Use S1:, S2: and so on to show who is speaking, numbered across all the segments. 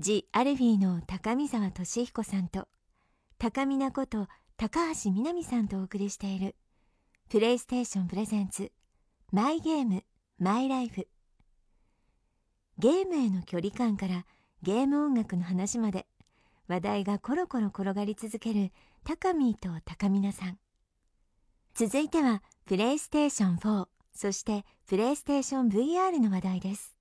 S1: ジ・アルフィーの高見沢俊彦さんと高見なこと高橋みなみさんとお送りしているプレイステーションプレゼンツマイゲームマイライフゲームへの距離感からゲーム音楽の話まで話題がコロコロ転がり続ける高見と高見なさん続いてはプレイステーション4そしてプレイステーション VR の話題です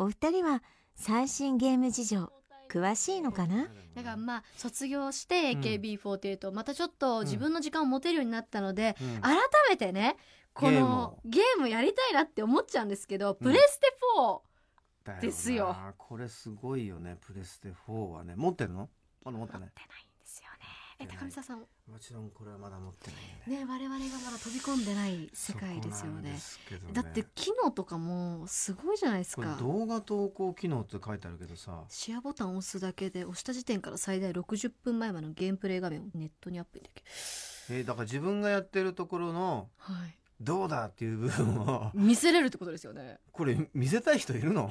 S1: お二人は最新ゲーム事情詳しいのかな
S2: だからまあ卒業して AKB48、またちょっと自分の時間を持てるようになったので、
S3: うん
S2: 改めてねこのゲームやりたいなって思っちゃうんですけど、プレステ4
S3: だな
S2: ですよ
S3: これすごいよねプレステ4はね持ってるのまだ持ってな
S2: 出
S3: い
S2: ないんですよねえ高見沢さん
S3: もちろんこれはまだ持ってない
S2: ね
S3: よね
S2: 我々がまだ飛び込んでない世界ですよ
S3: そこなん
S2: ね
S3: ですけどね
S2: だって機能とかもすごいじゃないです
S3: これ
S2: か
S3: 動画投稿機能って書いてあるけどさ
S2: シェアボタンを押すだけで押した時点から最大60分前までのゲームプレイ画面をネットにアップできる
S3: えーだから自分がやってるところの
S2: はい
S3: どうだっていう部分を
S2: 見せれるってことですよね
S3: これ見せたい人いるの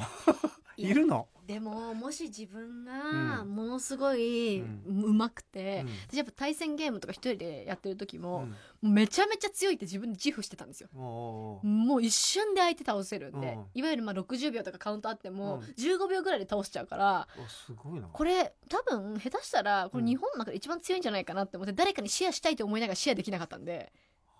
S3: いるの、
S2: でももし自分が
S3: う
S2: ものすごい
S3: うん
S2: 上手く
S3: うん
S2: て、私やっぱ対戦ゲームとか一人でやってる時
S3: う
S2: も、
S3: ん
S2: めちゃめちゃ強いって自分で自負してたんですよ
S3: おー
S2: もう一瞬で相手倒せるんで、
S3: うん
S2: いわゆるまあ60秒とかカウントあっても、
S3: うん
S2: 15秒ぐらいで倒しちゃうから
S3: おーすごいな
S2: これ多分下手したらこれ
S3: うん
S2: 日本の中で一番強いんじゃないかなって思って、誰かにシェアしたいと思いながらシェアできなかったん で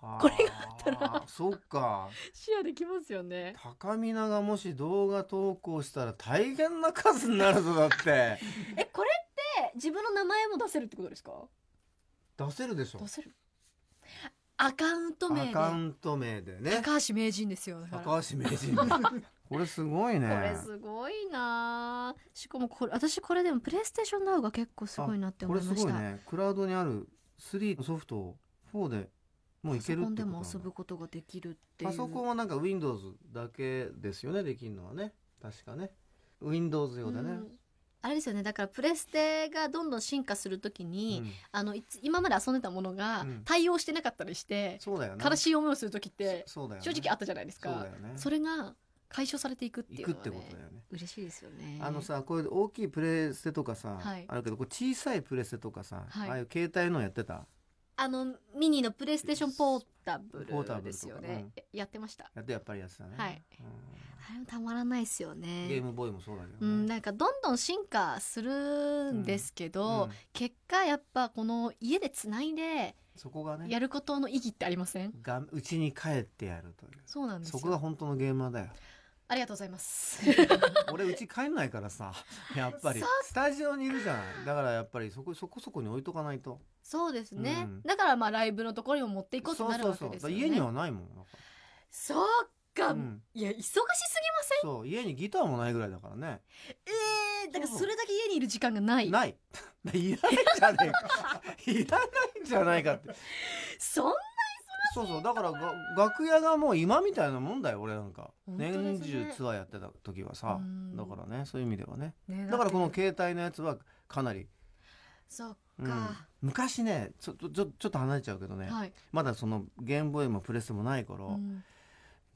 S3: あー
S2: これがあったら
S3: そっか
S2: シェアできますよね
S3: 高見菜がもし動画投稿したら大変な数になるぞだって
S2: えこれって自分の名前も出せるってことですか
S3: 出せるでしょ
S2: 出せるアカウント名
S3: ア
S2: で
S3: カウント名でね
S2: 高橋名人ですよだから
S3: 高橋名人 これすごいね
S2: これすごいなあしかもこれ私これでもプレイステーションナウが結構すごいなって
S3: こ
S2: 思
S3: れ
S2: い
S3: す
S2: まし
S3: ごい
S2: た、
S3: ねクラウドにある3のソフトを4でもうい
S2: パソ
S3: ける
S2: コ
S3: っ
S2: ンで
S3: てこと
S2: も遊ぶことができるっていう
S3: パソコンはなんか Windows だけですよねできるのはね確かね Windows 用でね、
S2: うんあれですよねだからプレステがどんどん進化するときに、
S3: うん
S2: あのいつ今まで遊んでたものが
S3: うん
S2: 対応してなかったりして、
S3: そうだよね
S2: 悲しい思いをするときって
S3: そそうだよね
S2: 正直あったじゃないですか、
S3: そうだよね
S2: それが解消されていくってい
S3: 行
S2: う
S3: く
S2: の
S3: っ
S2: は、
S3: てこ
S2: ね
S3: とだ、よね
S2: 嬉しいですよね
S3: あのさこれ大きいプレステとかさ、
S2: はい
S3: あるけどこれ小さいプレステとかさ、
S2: はい
S3: ああいう携帯のやってた
S2: あのミニのプレイステーションポータブ
S3: ポータブルと
S2: ル
S3: か
S2: ですよね、やってました
S3: やってやっぱりやってたね、
S2: はい
S3: うん
S2: あれもたまらないですよね
S3: ゲームボーイもそうだけどね、
S2: うん、なんかどんどん進化するんですけど、
S3: うん
S2: 結果やっぱこの家でつないで
S3: そこがね
S2: やることの意義ってありません、
S3: がうちに帰ってやるという
S2: そうなんです
S3: そこが
S2: よ
S3: 本当のゲーマーだよ
S2: ありがとうございます
S3: 俺うち帰んないからさやっぱり
S2: そ
S3: スタジオにいるじゃないだからやっぱりそこそこそこに置いとかないと
S2: そうですね、
S3: うん
S2: だからまあライブのところにも持っていこうとなるわけ
S3: そう
S2: で
S3: そ
S2: す
S3: うそ
S2: よ
S3: う
S2: ね
S3: 家にはないもんなんか
S2: そうか、
S3: うん、
S2: いや忙しすぎませ
S3: そう家にギターもないぐらいだからね
S2: んえー、だからそれだけ家にいる時間がない
S3: ない いらないじゃねえか いらないんじゃないかって
S2: そん
S3: そうそうだからが楽屋がもう今みたいなもんだよ俺なんか、
S2: 本当ですね
S3: 年中ツアーやってた時はさ
S2: うん
S3: だからねそういう意味ではね
S2: ね
S3: だからこ
S2: だっ
S3: の
S2: て
S3: 携帯のやつはかなり
S2: そっ
S3: うん
S2: か、
S3: 昔ねちょっとちょちょっと離れちゃうけどね、
S2: はい、
S3: まだそのゲームボーイもプレステもない頃、
S2: うん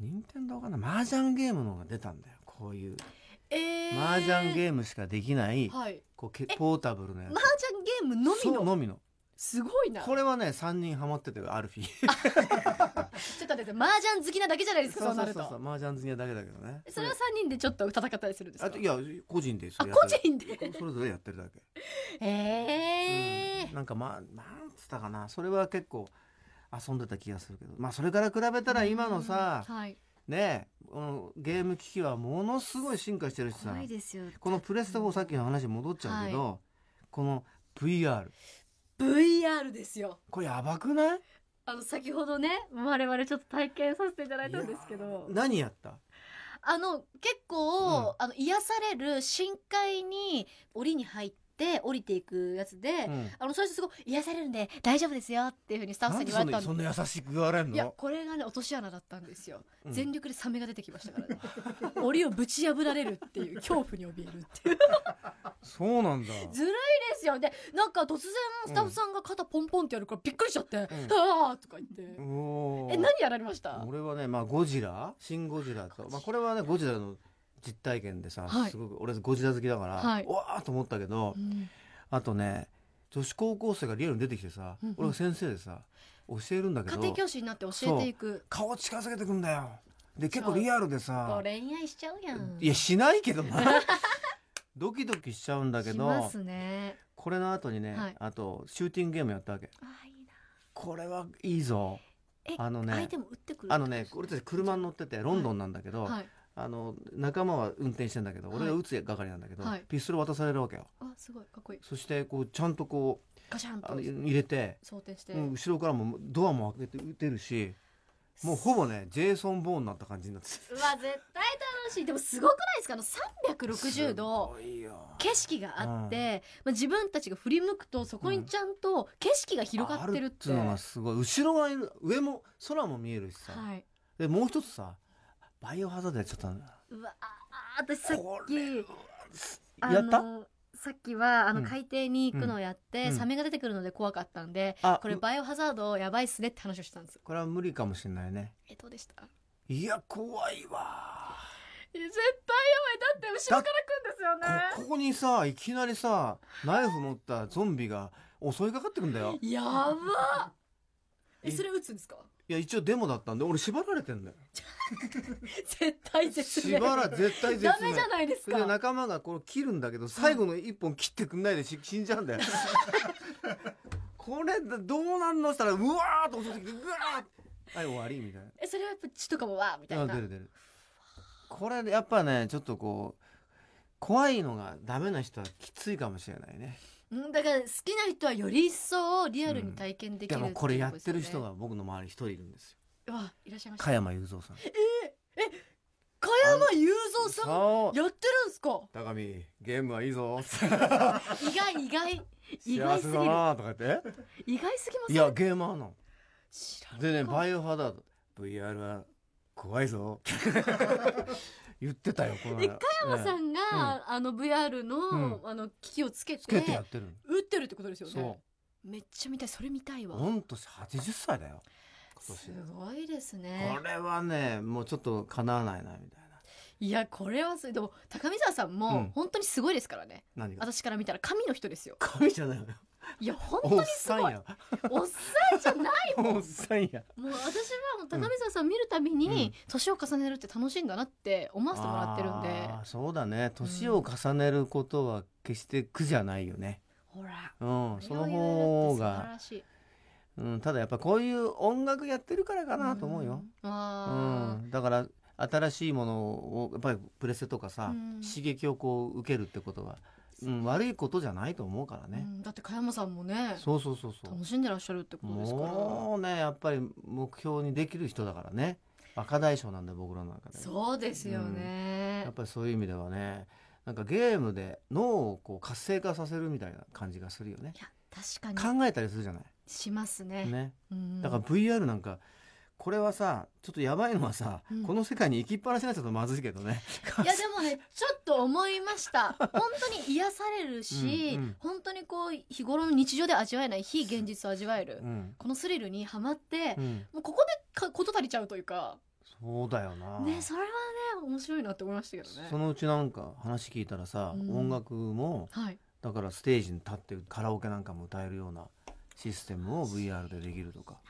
S3: 任天堂かな麻雀ゲームのが出たんだよこういう
S2: えー、
S3: 麻雀
S2: ー
S3: ゲームしかできない、
S2: はい
S3: こうけポータブルのや
S2: 麻
S3: つ
S2: 雀ゲームのみ
S3: そう
S2: の
S3: のみの
S2: すごいな
S3: これはね3人ハマっててアルフィー
S2: ちょっと待って、麻雀好きなだけじゃないですか、そうなると。
S3: そう麻雀好きなだけだけどね
S2: それは三人でちょっと戦ったりするんです
S3: あ
S2: か
S3: といや個人でそ
S2: あ、
S3: れや
S2: 個
S3: ってる
S2: 人で
S3: それぞれやってるだけ、
S2: へ
S3: う
S2: ー
S3: んなんかまあなんつったかなそれは結構遊んでた気がするけどまあそれから比べたら今のさ、
S2: うんはい。
S3: ねこのゲーム機器はものすごい進化してるしさ
S2: 怖いですよ。
S3: このプレステ4さっきの話に戻っちゃうけど、この VR
S2: VR ですよ。
S3: これやばくない
S2: あの、先ほどね、我々ちょっと体験させていただいたんですけ
S3: いや
S2: ど
S3: ー、何やった
S2: あの、結
S3: う
S2: 構
S3: ん、
S2: あの、癒される深海に、檻に入って、降りていくやつで、
S3: うん
S2: あの、それですごい癒されるんで、大丈夫ですよっていうふうにスタッフさんに言われた
S3: なん
S2: で
S3: んでそんなそんな優しく言われんの
S2: いや、これがね、落とし穴だったんですよ。
S3: うん
S2: 全力でサメが出てきましたからね 檻をぶち破られるっていう恐怖に怯えるっていう
S3: そうなんだ
S2: ずるいですよでなんか突然スタッフさんが肩ポンポンってやるからびっくりしちゃって「ああ!」とか言って、
S3: おー
S2: え何やられました
S3: 俺はねまあゴジラ新ゴジラとまあこれはねゴジラの実体験でさ、
S2: はい
S3: すごく俺ゴジラ好きだから、
S2: はいう
S3: わーと思ったけど、
S2: うん
S3: あとね女子高校生がリアルに出てきてさ、
S2: うんうん
S3: 俺が先生でさ教えるんだけ
S2: 家
S3: ど
S2: 庭教師になって教えていく
S3: 顔近づけてくんだよで結構リアルで
S2: こ
S3: さ
S2: う恋愛しちゃうやん
S3: いやしないけど なドキドキしちゃうんだけ
S2: し
S3: ど、
S2: ますね
S3: これの後にね、
S2: はい
S3: あとシューティングゲームやったわけ
S2: あいいな
S3: これはいいぞ
S2: え
S3: あのね
S2: 相手も打ってくる
S3: あのね俺たち車に乗っててロンドンなんだけど、
S2: はい
S3: あの仲間は運転してんだけど、
S2: はい
S3: 俺が撃つ係なんだけど、
S2: はい
S3: ピストル渡されるわけよ
S2: あすごいかっこいい
S3: そしてこうちゃんとこう
S2: ガシャン
S3: あの
S2: と
S3: 入れて、
S2: 想定して
S3: うん後ろからもドアも開けて撃てるしもうほぼねジェイソン・ボーンになった感じになって
S2: うわ絶対楽しいでもすごくないですかあの
S3: て
S2: 360度
S3: すごいよ
S2: 景色があって、まあ、自分たちが振り向くとそこにちゃんと景色が広がってるっ
S3: あ
S2: て、
S3: つうのがすごい後ろがいる上も空も見えるしさ、
S2: はい
S3: でもう一つさバイオハザードやっちゃったんだ
S2: うわあ私さっ
S3: こ
S2: き
S3: れ
S2: あ
S3: はやった
S2: のさっきはあの
S3: うん
S2: 海底に行くのをやって、
S3: うん
S2: サメが出てくるので怖かったんで、
S3: あ
S2: これ
S3: む
S2: バイオハザードやばいっすねって話をしたんです
S3: これは無理かもしれないね
S2: えどうでした
S3: いや怖いわ
S2: え絶対やばいだって後ろから来
S3: こ
S2: るんですよね
S3: ここにさいきなりさナイフ持ったゾンビが襲いかかってくんだよ
S2: やばえ
S3: い
S2: それ打つんですか
S3: いや一応デモだったんで俺縛られてんだよ
S2: 絶対絶命
S3: 縛ら絶対絶
S2: ダ
S3: 命
S2: メじゃないです
S3: それで
S2: か
S3: 仲間がこれ切るんだけど最後の一本切ってくんないでし死んじゃうん だよこれどうなんのしたらうわーっと襲ってきてうわーはい終わりみたいな
S2: えそれはやっぱ血とかもわーみたい
S3: あ
S2: な
S3: 出る出るこれやっぱねちょっとこう怖いのがダメな人はきついかもしれないね
S2: うんだから好きな人はより一層リアルに体験でき
S3: で
S2: る、
S3: もこれやってる人
S2: が
S3: が僕の周り一人いるんですよ
S2: うわいらっしゃいました
S3: 加山雄三さん
S2: 加山雄三さん
S3: そう
S2: やってるんですか
S3: 高見ゲームはいいぞ
S2: 意外意外意
S3: 幸
S2: 外す
S3: せ
S2: ぎる
S3: だなとか言って
S2: 意外すぎませ
S3: い
S2: ん
S3: やゲーマーなの
S2: 知らん
S3: でね
S2: か
S3: バイオハザード VR は怖 いぞ言ってたよこの間
S2: え加山さ
S3: ね
S2: んが、あの VR の、
S3: う
S2: あの機器をつけて
S3: つけてやってるの
S2: 打ってるってことですよね
S3: そ
S2: めっちゃ見たいそれ見たいうわ
S3: 御年80歳だよ今
S2: す
S3: 年
S2: ごいですね
S3: これはねもうちょっとかなわないなみたい
S2: いやこれはすごいでも高見沢さんも、
S3: うん
S2: 本当にすごいですからね
S3: な何が
S2: 私から見たら神の人ですよ
S3: 神じゃないの
S2: いや本当
S3: お
S2: に
S3: っ
S2: す
S3: さ
S2: ご
S3: ん
S2: い
S3: や
S2: おっさんじゃないもん
S3: おっさんや
S2: もう私はもう高見沢さん見るたびに
S3: うん
S2: 年を重ねるって楽しいんだなって思わせてもらってるんで、
S3: あーそうだね年を重ねることは決して苦じゃないよね
S2: ほら
S3: うん、
S2: そ
S3: そ
S2: れを
S3: の
S2: 言えるって素晴
S3: 方が、
S2: らしい
S3: うん、ただやっぱこういう音楽やってるからかなと思うよ、
S2: うん
S3: う
S2: あ
S3: んだから新しいものをやっぱりプレステとかさ、
S2: うん
S3: 刺激をこう受けるってことは、うん、悪いことじゃないと思うから
S2: ー、う
S3: ね、
S2: んだって加山さんもね
S3: そうそうそうそう
S2: 楽しんでらっしゃるってことですから
S3: もうねやっぱり目標にできる人だからね若大将なんで僕らの中で
S2: そうですよね
S3: やっ、ぱりそういう意味ではねなんかゲームで脳をこう活性化させるみたいな感じがするよね
S2: いや確かに
S3: 考えたりするじゃない
S2: しますね
S3: ね
S2: うん
S3: だから VR なんかこれはさちょっとやばいのはさ、
S2: うん
S3: この世界に行きっぱなしになっちゃうとまずいけどね
S2: いやでもねちょっと思いま した本当に癒されるし、
S3: うんうん
S2: 本当にこう日頃の日常で味わえない非現実を味わえる、
S3: うん、
S2: このスリルにはまって、
S3: うん、
S2: もうここでか事足りちゃうというか
S3: そうだよな、
S2: ねそれはね面白いなって思いましたけど
S3: そ
S2: ね
S3: のうちなんか話聞いたらさ、
S2: うん
S3: 音楽も
S2: はい
S3: だからステージに立ってカラオケなんかも歌えるようなシステムを VR でできるとか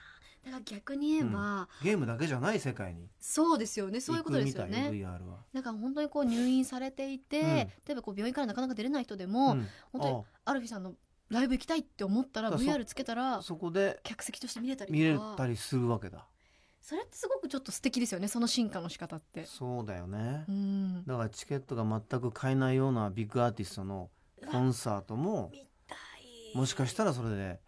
S2: だから逆に言えば、
S3: ゲームだけじゃない世界に
S2: そうですよねそういうことですよ
S3: 行くみたい
S2: ね
S3: よ VR は。
S2: だから本当にこう入院されていて、
S3: うん
S2: 例えばこう病院からなかなか出れない人でも、
S3: うん
S2: 本当にアルフィさんのライブ行きたいって思ったら
S3: だからそ
S2: VR つけた
S3: あ
S2: ら
S3: あそこで
S2: 客席として見れたり
S3: 見れ
S2: とか
S3: たりするわけだ。
S2: それってすごくちょっと素敵ですよねその進化の仕方って
S3: そうだよね
S2: う。ん
S3: だからチケットが全く買えないようなビッグアーティストのコンサートも
S2: 見たい
S3: もしかしたらそれで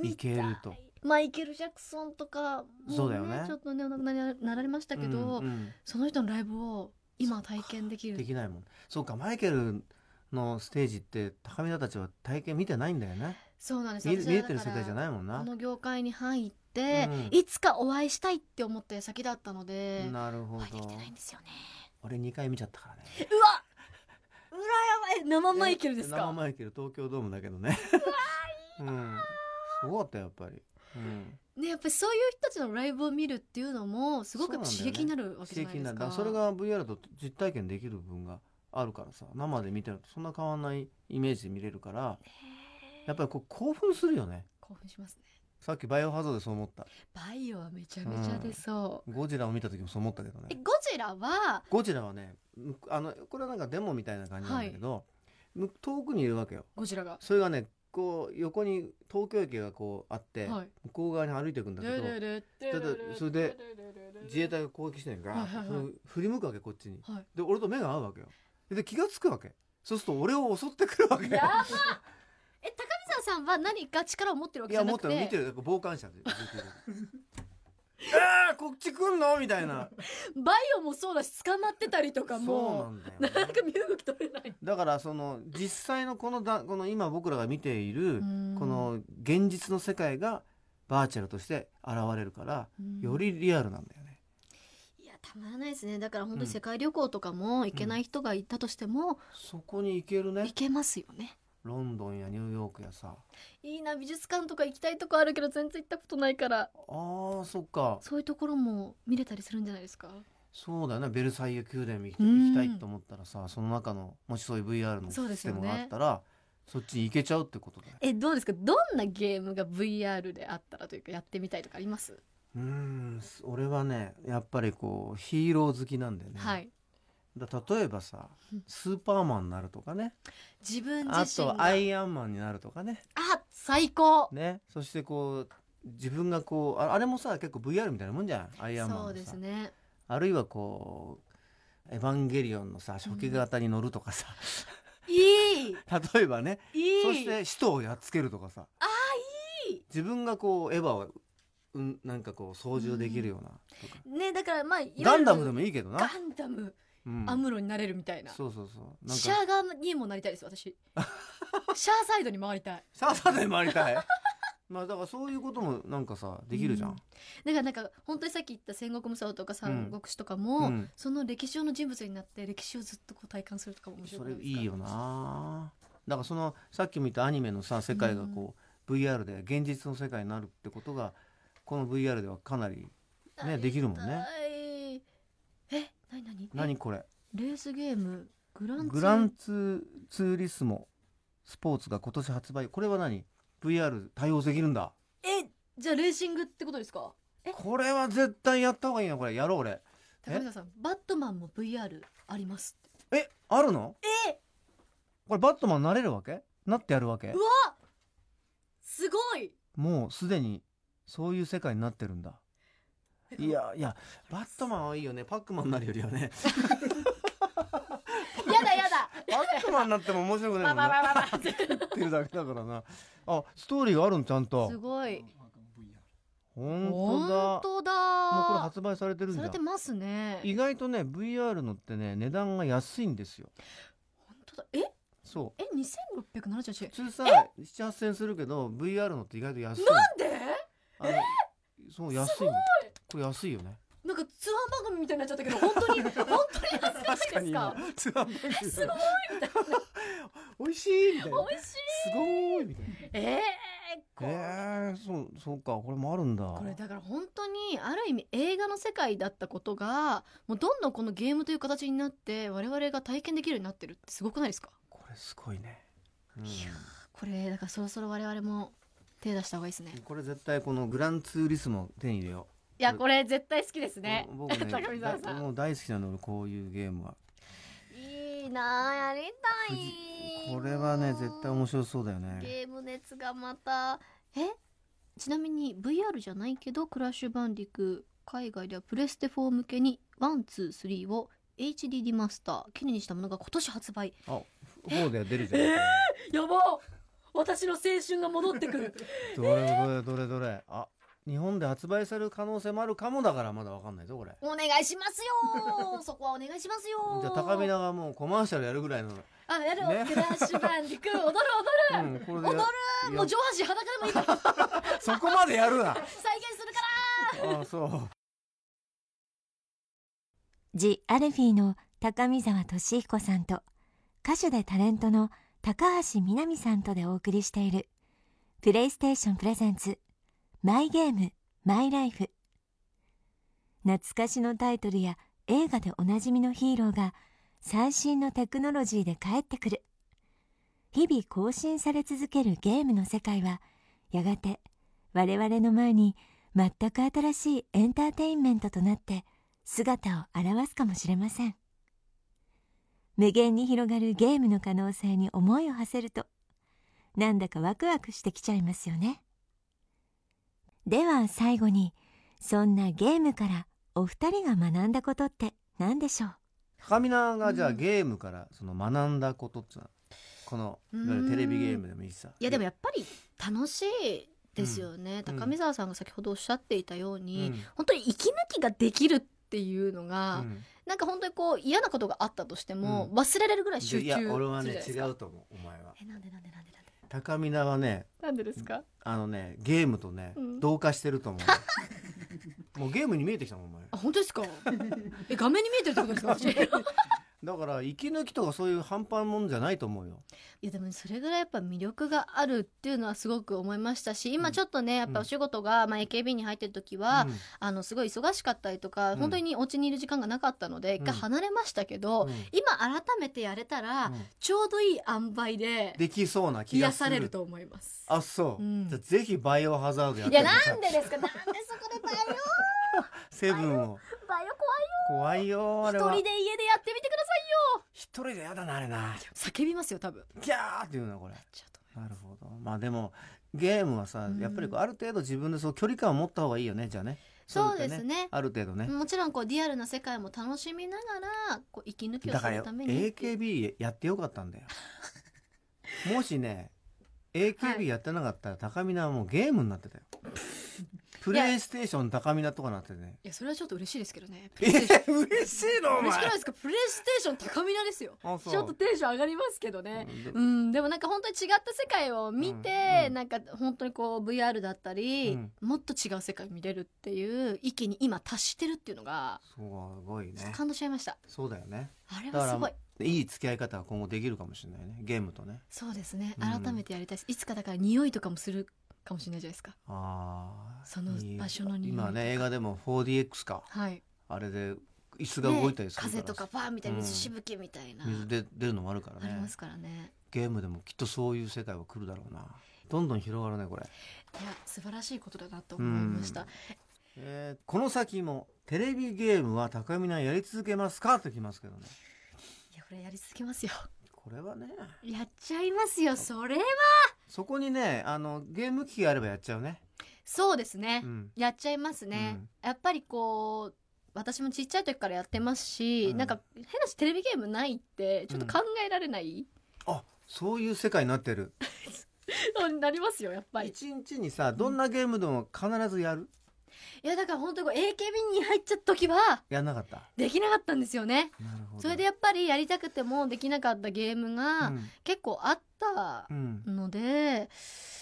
S2: 見
S3: いけると
S2: たいマイケル・ジャクソンとかも
S3: そうだよね
S2: ちょっとねお亡くなりになられましたけど、
S3: うんうん
S2: その人のライブを今体験できる
S3: できないもん。そうかマイケルのステージって高見田たちは体験見てないんだよね。
S2: そうなんです
S3: 見見えてる
S2: 私
S3: 世
S2: はだから
S3: 界じゃないもんな
S2: こ。の業界に入って、
S3: うん
S2: いつかお会いしたいって思った矢先だったので
S3: なる
S2: お
S3: ほど
S2: 会いできてないんですよね
S3: 俺2回見ちゃったからね
S2: うわうらやばい生マイケルです
S3: 生
S2: か
S3: マイケル東京ドームだけどねうんすごかったよやっぱりうん
S2: ねやっぱりそういう人たちのライブを見るっていうのもすごくやっぱ
S3: そう
S2: 刺
S3: なんだよ
S2: 激にな
S3: ね
S2: るわけじ
S3: 刺
S2: ゃない
S3: 激
S2: で
S3: にな
S2: す
S3: る
S2: か
S3: だからそれが VR と実体験できる部分があるからさ生で見てるとそんな変わんないイメージで見れるからやっぱりこう興奮するよね
S2: 興奮しますね
S3: さっきバイオハザードでそう思った
S2: バイオはめちゃめちゃ出そ
S3: ゴジラを見た時もそう思ったけど
S2: う、え
S3: ね
S2: ゴジラは
S3: ゴジラはねむあのこれはなんかデモみたいな感じなんだけど、む遠くにいるわけよ
S2: ゴジラが
S3: それがねこう横に東京駅がこうあって、
S2: はい
S3: 向こう側に歩いていくんだけど
S2: だ
S3: だそれで自衛隊が攻撃してんから、
S2: はいはいはい
S3: その振り向くわけこっちに
S2: は
S3: で俺と目が合うわけよで気がつくわけそうすると俺を襲ってくるわけ
S2: い
S3: よ
S2: やばえ高見沢さんは何か力を持ってるわ
S3: い
S2: けじゃ
S3: や
S2: な
S3: もっ
S2: くて
S3: と見てる傍観者で えー、こっち来んのみたいな
S2: バイオもそうだし捕まってたりとか
S3: そうな
S2: も
S3: んだよ
S2: な
S3: ね、
S2: んか身動き取れない
S3: だからその実際のこのだこの今僕らが見ているこ
S2: こ
S3: の現実の世界がバーチャルとして現れるからよりリアルなんだよね。
S2: いやたまらないですねだから本当に世界旅行とかも行けない人がいたとしても
S3: そこに行けるね
S2: 行けますよね
S3: ロンドンやニューヨークやさ
S2: いいな美術館とか行きたいとこあるけど全然行ったことないから
S3: あーそっか
S2: そういうところも見れたりするんじゃないですか
S3: そうだよねベルサイユ宮殿に行き
S2: うん
S3: 行きたいと思ったらさその中のもしそういう VR の
S2: そうです
S3: システ
S2: よね
S3: ムがあったらそ,、っちに行けちゃうってことだよ。
S2: えどうですかどんなゲームが VR であったらというかやってみたいとかあります、
S3: うーん俺はねやっぱりこうヒーロー好きなんだよね。
S2: はい
S3: だ例えばさ
S2: うん
S3: スーパーマンになるとかね
S2: 自分
S3: あ
S2: 自身が
S3: とアイアンマンになるとかね
S2: あ最高
S3: ねそしてこう自分がこうああれもさ結構 VR みたいなもんじゃんアイアンマン
S2: そ
S3: もさ
S2: うですね
S3: あるいはこう「エヴァンゲリオン」のさ初期型に乗ると かさ、
S2: いい
S3: 例えばね
S2: いい
S3: そして使徒をやっつけるとかさあいい自分がこうエヴァを、うん、なんかこう操縦できるようなとか、
S2: ねだからまあいわゆる
S3: ガンダムでもいいけど
S2: ガ
S3: な、
S2: ンダム
S3: うん
S2: アムロになれるみたいな,、
S3: そうそうそうなんか
S2: シ
S3: シ
S2: ャ
S3: ャ
S2: ア側にもなりたいです 私シャアサイドに回りたい
S3: ーサーで回りたい まあだからそういうこともなんかさできるじゃん、
S2: だからなんか本当にさっき言った戦国無双とか三国志とか
S3: うん
S2: も、その歴史上の人物になって歴史をずっとこう体感するとかも面白
S3: そ
S2: くな
S3: れ
S2: いです
S3: い
S2: か
S3: いよなだからそのさっき見たアニメのさ世界がこう、VR で現実の世界になるってことがこの VR ではかなりねできるもんね
S2: ねえ何何
S3: 何これ
S2: レースゲームグラン
S3: グランツーツーリスモスポーツが今年発売これは何 VR 対応できるんだ
S2: えじゃあレーシングってことですかえ
S3: これは絶対やった方がいいなこれやろう俺え
S2: 高見沢さんバットマンも VR ありますって
S3: えあるの
S2: え
S3: これバットマンなれるわけなってやるわけ
S2: うわすごい
S3: もうすでにそういう世界になってるんだいやいやバットマンはいいよねパックマンになるより はね
S2: やだや だ
S3: パックマンになっても面白くないもんな言ってるだけだからなあストーリーがあるのちゃんと
S2: すごい
S3: 本当だ
S2: 本当だ
S3: もうこれ発売されてるん
S2: され
S3: だ
S2: てますね
S3: 意外とね VR のってね値段が安いんですよ
S2: 本当だえ
S3: そ
S2: え二千六百七十
S3: う
S2: 八
S3: 普通さ7,8,000円するけど VR のって意外と安い
S2: なんで
S3: あのそう安いのこれ安いよね
S2: なんか通販番組みたいになっちゃったけど本当 に本当に安いですか
S3: 通販番組
S2: すごいみたい
S3: 美味しいみたいな
S2: な美味しい
S3: すごいみたいな
S2: えー、これ
S3: えー、そうそうかこれもあるんだ
S2: これだから本当にある意味映画の世界だったことがもうどんどんこのゲームという形になって我々が体験できるようになってるってすごくないですか
S3: これすごいね、うん
S2: いやこれだからそろそろ我々も手出した方がいいですね
S3: これ絶対このグランツーリスモ手に入れよ
S2: いやこれ絶対好きですね
S3: う僕ね
S2: 高見沢さん
S3: もう大好きなの俺こういうゲームはい
S2: いなあやりた
S3: 富士
S2: い
S3: これはね絶対面白そうだよね
S2: ゲーム熱がまたえちなみに VR じゃないけどクラッシュバンディク海外ではプレステ4向けに123を HD リマスター記念にしたものが今年発売
S3: あ、方では出るじゃん。
S2: やば私の青春が戻ってくる
S3: どれどれどれどれ。あ、日本で発売される可能性もあるかもだからまだわかんないぞこれ。
S2: お願いしますよそこはお願いしますよ
S3: じゃあ高見永がもうコマーシャルやるぐらいの。う
S2: あやる、
S3: ね
S2: クラッシュバンディク踊る踊
S3: ん、これ
S2: 踊る
S3: い
S2: る
S3: や
S2: もう上半身裸でもいいから
S3: そこまでやるな。
S2: 再現するから
S3: あ、そう。
S1: ジ・アルフィーの高見沢俊彦さんと歌手でタレントの高橋みなみさんとでお送りしているプレイステーションプレゼンツマイゲームマイライフ懐かしのタイトルや映画でおなじみのヒーローが最新のテクノロジーで帰ってくる日々更新され続けるゲームの世界はやがて我々の前に全く新しいエンターテインメントとなって姿を現すかもしれません無限に広がるゲームの可能性に思いを馳せるとなんだかワクワクしてきちゃいますよねでは最後にそんなゲームからお二人が学んだことって何でしょう
S3: 高見菜がじゃあ
S2: うん
S3: ゲームからその学んだことってのはこのいわゆるテレビゲームでもいいしさ
S2: いやでも
S3: や
S2: やっぱり楽しいですよね、
S3: うん
S2: 高見沢さんが先ほどおっしゃっていたよう
S3: う
S2: に、
S3: ん
S2: 本当に息抜きができるっていうの
S3: う
S2: が、
S3: ん
S2: なんか本当にこう嫌なことがあったとしても、
S3: う
S2: 忘れられるぐらい集中
S3: でいや俺はね
S2: する
S3: 違
S2: じゃないう
S3: と思うお前は
S2: えなんでなんでなんでなんで
S3: 高見菜はね
S2: なんでですか、
S3: あのねゲームとね、
S2: うん
S3: 同化してると思 うもうゲームに見えてきたもんお前
S2: あ本当ですかえ画面に見えてるってことですか私 い
S3: だから息抜きとかそういう半端なもんじゃないと思うよ
S2: やでもそれぐらいやっぱ魅力があるっていうのはすごく思いましたし今ちょっとねやっぱお仕事が、まあ、AKB に入ってる時は、
S3: うん
S2: あのすごい忙しかったりとか、
S3: うん
S2: 本当にお家にいる時間がなかったので
S3: うん
S2: 一回離れましたけど、
S3: うん
S2: 今改めてやれたら、
S3: うん
S2: ちょうどいい塩梅で
S3: できそうな気が
S2: 癒
S3: する
S2: されると思います。
S3: あそう、
S2: うん
S3: じゃあぜひバイオハザードやっ
S2: い
S3: て
S2: や
S3: みた
S2: なんでですかなんでそこでバイ
S3: セブンを
S2: オバイオ
S3: 怖いよあれ
S2: 怖
S3: はい
S2: 一人で家でやってみてくださ
S3: 一人じゃやだなあれない
S2: よ叫びますよ多分
S3: ギャーっていうのこれ
S2: ちょっと
S3: なるほどまあでもゲームはさ
S2: うん
S3: やっぱりこうある程度自分でそう距離感を持った方がいいよねじゃあね
S2: そう
S3: い
S2: で
S3: った
S2: すね
S3: ある程度ね、
S2: もちろんこうリアルな世界も楽しみながらこう息抜きを
S3: だ
S2: す
S3: から
S2: る
S3: よ
S2: ために
S3: AKB やってよかったん だよもしね AKB やってなかったら高見菜はもうゲームになってたよプレイステーション高見菜とかなってね
S2: いやそれはちょっと嬉しいですけどねプ
S3: え
S2: レイステーション
S3: 嬉しいのお
S2: 嬉し
S3: 前
S2: くないですかプレイステーション高みなですよ
S3: あそう
S2: ちょっとテンション上がりますけどねう
S3: う
S2: ん、でもなんか本当に違った世界を見
S3: う
S2: て、
S3: んうん
S2: なんか本当にこう VR だったり、
S3: うん
S2: もっと違う世界見れるっていう域に今達してるっていうのが
S3: そうすごいね
S2: 感動しちゃいました、
S3: そうだよね
S2: あれはすご
S3: だ
S2: い
S3: かでいい付き合い方が今後できるかもしれないねゲームとね
S2: そうですね
S3: うん
S2: 改めてやりたいです、いつかだから匂いとかもするかもしれないじゃないですか
S3: ああ
S2: その場所の匂いとか
S3: 今ね映画でも 4DX か
S2: はい
S3: あれで椅子が動いたりするから、
S2: ね風とかバーンみたいな
S3: うん
S2: 水しぶきみたいな、
S3: 水で出るのもあるから
S2: あり
S3: ね
S2: ますからね
S3: ゲームでもきっとそういう世界は来るだろうなどんどん広がるねこれ、
S2: いや素晴らしいことだなと思いました、
S3: うんえーこの先もテレビゲームは高見菜やり続けますかときますけどね
S2: いやこれやり続けますよ
S3: これはね
S2: やっちゃいますよそれは
S3: そこにねあのゲーム機があればやっちゃうね
S2: そうですね、
S3: うん
S2: やっちゃいますね、やっぱりこう私もちっちゃい時からやってますし、
S3: うん
S2: なんか変なしテレビゲームないってちょっと考えられない、
S3: あそういう世界になってる
S2: なりますよやっぱり
S3: 一日にさどんなゲームでも必ずやる
S2: いやだから本当にこう AKB に入っちゃった時は
S3: やんなかった
S2: できなかったんですよね
S3: なるほど
S2: それでやっぱりやりたくてもできなかったゲーム
S3: う
S2: が
S3: ん
S2: 結構あった
S3: うん
S2: ので、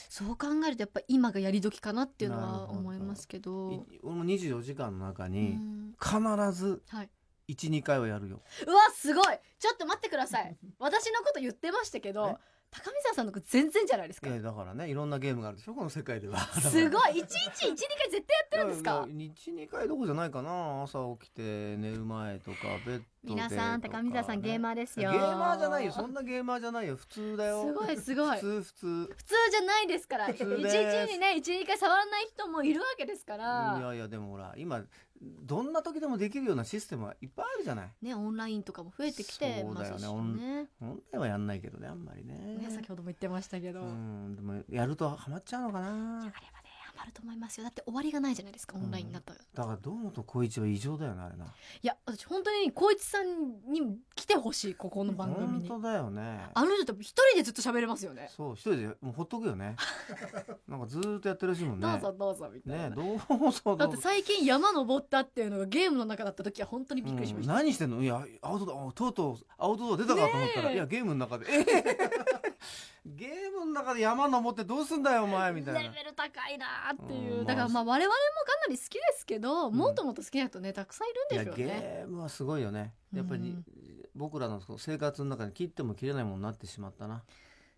S2: そう考えるとやっぱ今がやり時かなっていうの
S3: なる
S2: は
S3: ほど
S2: 思いますけど
S3: い俺も24時間の中
S2: う
S3: に
S2: ん
S3: 必ず
S2: はい
S3: 12回はやるよ
S2: うわすごいちょっと待ってくださ い私のこと言ってましたけ
S3: え
S2: ど高見沢さんのこと全然じゃないです
S3: い
S2: か
S3: やだからねいろんなゲームがあるでしょこの世界では
S2: すごい一日一二回絶対やってるんですか
S3: 12回どこじゃないかな朝起きて寝る前とかベッドで
S2: 皆さん高見沢さんゲーマーです
S3: ー
S2: よ
S3: ゲーマーじゃないよそんなゲーマーじゃないよ普通だよ
S2: すごいすごい
S3: 普通普通
S2: 普通じゃないですから一日
S3: 通です
S2: にね一二回触らない人もいるわけですか
S3: い
S2: ら
S3: やいやでもほら今どんな時でもできるようなシステムはいっぱいあるじゃない
S2: ねオンラインとかも増えてきてますし
S3: そうだよね
S2: ね
S3: 本来はやんないけどねあんまりね
S2: ね先ほども言ってましたけど、
S3: うんでもやるとハマっちゃうのか
S2: あれ
S3: な
S2: はねハマると思いますよだって終わりがないじゃないですかオンラインになったら、
S3: だから堂本光一は異常だよねあれない
S2: や私本当に光一さんに来てほしいここの番組
S3: 本
S2: に
S3: 当だよね
S2: あの人と一人でずっと喋れますよね
S3: そう一人でもうほっとく よねなんかずーっとやってるらしいもんね
S2: どうぞどうぞみたいな、
S3: ねどうぞ
S2: だっ
S3: どう
S2: て
S3: ぞ
S2: 最近山登ったっていうのがゲームの中だった時は本当にびっくりしました、
S3: うん何してんのいやアウトドアとうとうアウトドア出たかと思ったら、
S2: ねえ
S3: いやゲームの中で えへへへゲームの中で山登ってどうすんだよお前みたいな
S2: レベル高いなーっていう、
S3: うん
S2: だからまあ我々もかなり好きですけど、
S3: ん
S2: もっともっと好きな人ねたくさんいるんでしょう
S3: いや
S2: ね
S3: ゲームはすごいよねやっぱり、
S2: うん
S3: 僕らのその生活の中に切っても切れないものになってしまったな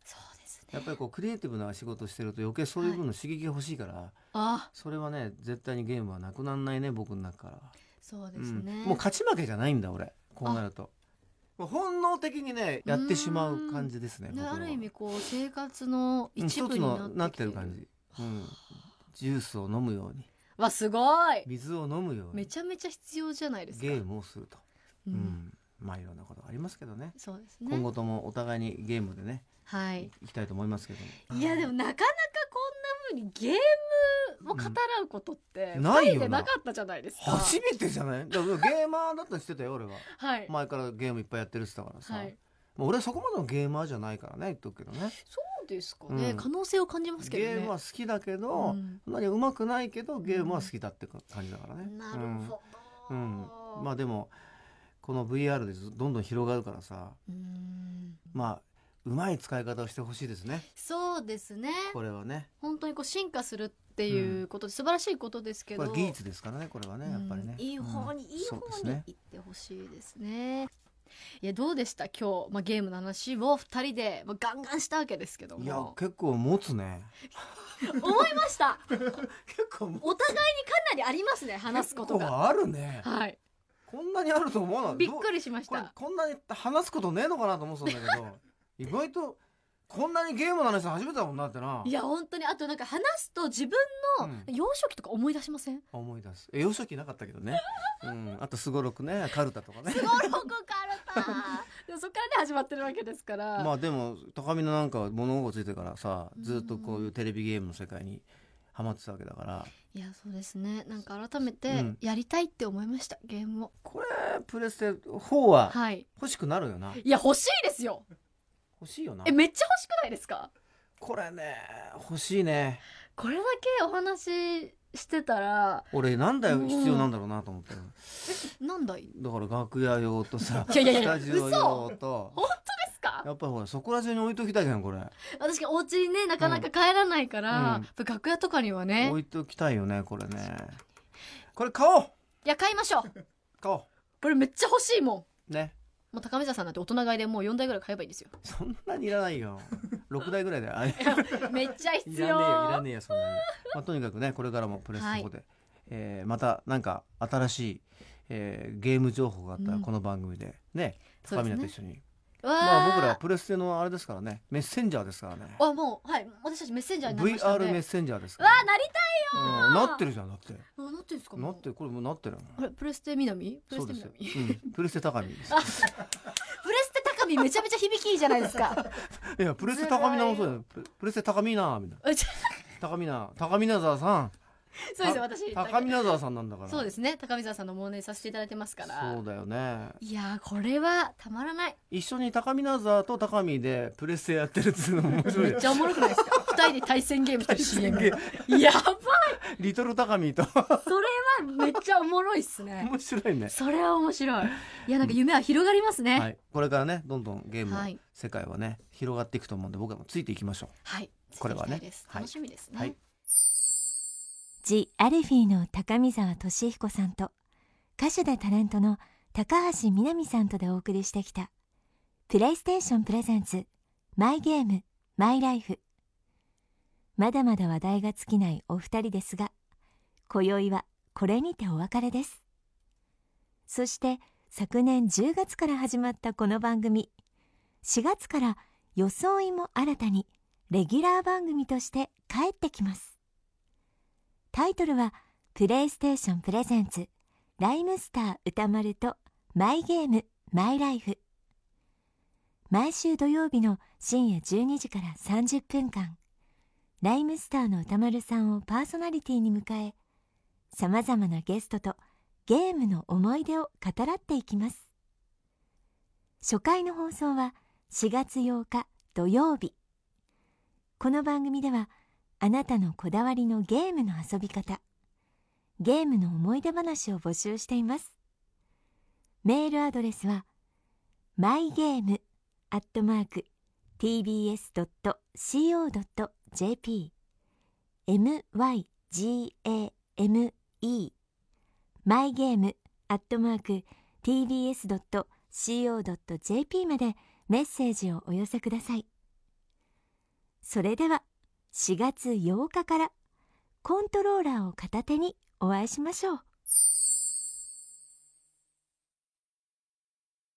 S2: そうです
S3: やっぱりこうクリエイティブな仕事してると余計そういう分の刺激が欲しいから、
S2: あ
S3: それはね絶対にゲームはなくならないね僕の中からは、
S2: そう
S3: う
S2: です
S3: ん
S2: ね、
S3: もう勝ち負けじゃないんだ俺こうなるともう本能的にねやってしまう感じですね
S2: ね
S3: 僕のは
S2: ある意味こう生活の
S3: うん
S2: 一
S3: 一
S2: 部
S3: つ
S2: に
S3: のな
S2: なっ
S3: っ
S2: きて
S3: てて
S2: る
S3: る感じ、うん、ジュースを飲むように
S2: わすごい
S3: 水を飲むよう
S2: め
S3: に
S2: ちゃめちゃ必要じゃないですか
S3: ゲームをすると、
S2: う
S3: うんんまあいろんなことがありますけどね
S2: そうです
S3: 今
S2: ね
S3: 後ともお互いにゲームでね、
S2: はい
S3: いきたいと思いますけど
S2: いやでもなかなかこんな風にゲームを語らうことって
S3: うんな
S2: 二
S3: いよな
S2: 人でなかったじゃないですか。
S3: 初めてじゃないだからゲーマーだったりしてたよ俺は
S2: はい。
S3: 前からゲームいっぱいやってるって言ってたからさ、
S2: はい。
S3: もう俺はそこまでのゲーマーじゃないからね言っとくけどね
S2: そうですかね。
S3: うん
S2: 可能性を感じますけど
S3: ゲ
S2: ね。
S3: ームは好きだけ
S2: う
S3: ど、
S2: ん
S3: そんなにうまくないけどゲームは好きだって感じだからね、
S2: なるほど。
S3: うんうんまあでもこの VR でどんどん広がるからさ
S2: うん
S3: まあうまい使い方をしてほしいですね
S2: そうですね。
S3: これはね
S2: 本当にこう進化するっていうことで素晴らしいことですけ
S3: こ
S2: ど。
S3: れ技術ですからねこれはねやっぱりね、
S2: うんいい方に、
S3: うん
S2: いい方
S3: そうです
S2: に
S3: ね
S2: 行ってほしいですね。いやどうでした今日、まあ、ゲームの話を二人で、まあ、ガンガンしたわけですけど
S3: いや
S2: も
S3: 結構持つね
S2: 思いました
S3: 結構持つ
S2: お互いにかなりありますね話すこと
S3: 結
S2: が
S3: 構あるね
S2: はい
S3: こんなにあると思わない
S2: びっくりしまし
S3: これ
S2: た
S3: こんなに話すことねえのかなと 思ってたんだけど意外とこんなにゲームの話初めてだもんなってない
S2: や本当にあとなんか話すと自分の
S3: うん
S2: 幼少期とか思い出しません
S3: 思い出すえ幼少期なかったけどね、うん、あとすごろくねカルタとかね
S2: ゴロゴカルタ でもそっからね始まってるわけですから、
S3: まあでも高見のなんかは物心ついてからさ
S2: うん
S3: ずっとこういうテレビゲームの世界にハマってたわけだから
S2: いやそうですねなんか改め
S3: う
S2: て
S3: ん
S2: やりたいって思いましたゲームを
S3: これプレステ4は
S2: はい
S3: 欲しくなるよない
S2: や欲しいですよ
S3: 欲しいよな
S2: えめっちゃ欲しくないですか
S3: これね欲しいね
S2: これだけお話ししてたら
S3: 俺何台必要なんだろうなと思ってる
S2: 何台で
S3: だから楽屋用とさ
S2: いやいやいや
S3: スタジオ用と
S2: すか
S3: やっぱりほらそこら中に置いときたいじゃんこれ、
S2: 私お家にねなかなか帰らないから、
S3: うん
S2: やっぱ楽屋とかにはね
S3: 置いときたいよねこれねこれ買おう
S2: いや買いましょう
S3: 買お
S2: これめっちゃ欲しいもん
S3: うね
S2: もう高見沢さんなんて大人買いでもう4台ぐらい買えばいいんですよ
S3: そんなにいらないよ6台ぐらいであい
S2: めっちゃ必
S3: い
S2: 要
S3: らねえよいらねえよそんなに、まあ、とにかくねこれからもプレステ4で、えーまたなんか新しい、えーゲーム情報があった
S2: う
S3: ら
S2: ん
S3: この番組でね
S2: そう
S3: 高
S2: で
S3: 見
S2: す
S3: 菜と
S2: ね
S3: 一緒に、
S2: わー
S3: まあ僕らはプレステのあれですからねメッセンジャーですからね
S2: あもうはい私たちメッセンジャーになりましたん
S3: VR
S2: で
S3: メッセンジャーですか
S2: わ
S3: ら、
S2: あなり
S3: うんなってるじゃんだって
S2: たいあなってんですか
S3: な
S2: もう
S3: ってるこれもうなってるもん
S2: あれプレステ南プレ
S3: そ
S2: ステ
S3: うですよ
S2: 南、プレ
S3: うん、プレステ 高見です
S2: ステ高見めちゃめちゃ響きいいじゃないです か
S3: いやプレステ高見菜もそうだよププレステ高見菜みたいな
S2: あちょ
S3: 高見菜高見菜沢さん
S2: そうですよ私
S3: 高見菜沢さんなんだから
S2: そうですね高見沢さんのものにさせていただいてますから
S3: そうだよね
S2: いやーこれはたまらない
S3: 一緒に高見菜沢と高見でプレステやってるっていうのも面白い
S2: め
S3: よ
S2: っちゃおもろくないです か二人で対戦ゲームしてる CM
S3: ゲ
S2: やば
S3: リトル高見と
S2: それはめっちゃおもろいっすね
S3: 面白いね
S2: それは面白いいやなんか夢は広がりますね、
S3: はい、これからねどんどんゲーム
S2: は
S3: の
S2: い
S3: 世界はね、広がっていくと思うんで僕らもついていきましょ
S2: はい。
S3: これは
S2: 続
S3: ね
S2: きたいです
S3: はい
S2: 楽しみです
S3: う、
S2: ね。
S3: はい、
S1: ジ・アルフィーの高見沢俊彦さんと歌手でタレントの高橋みなみさんとでお送りしてきたプレイステーションプレゼンツマイゲームマイライフまだまだ話題が尽きないお二人ですが今宵はこれにてお別れですそして昨年10月から始まったこの番組4月から装いも新たにレギュラー番組として帰ってきますタイトルは「プレイステーションプレゼンツライムスター歌丸とマイゲームマイライフ」毎週土曜日の深夜12時から30分間ライムスターの歌丸さんをパーソナリティに迎えさまざまなゲストとゲームの思い出を語らっていきます初回の放送は4月8日土曜日この番組では「あなたのこだわりのゲームの遊び方ゲームの思い出話を募集していますメールアドレスは mygame.tbs.co.jp mygame mygame.tbs.co.jp までメッセージをお寄せくださいそれでは4月8日からコントローラーを片手にお会いしましょう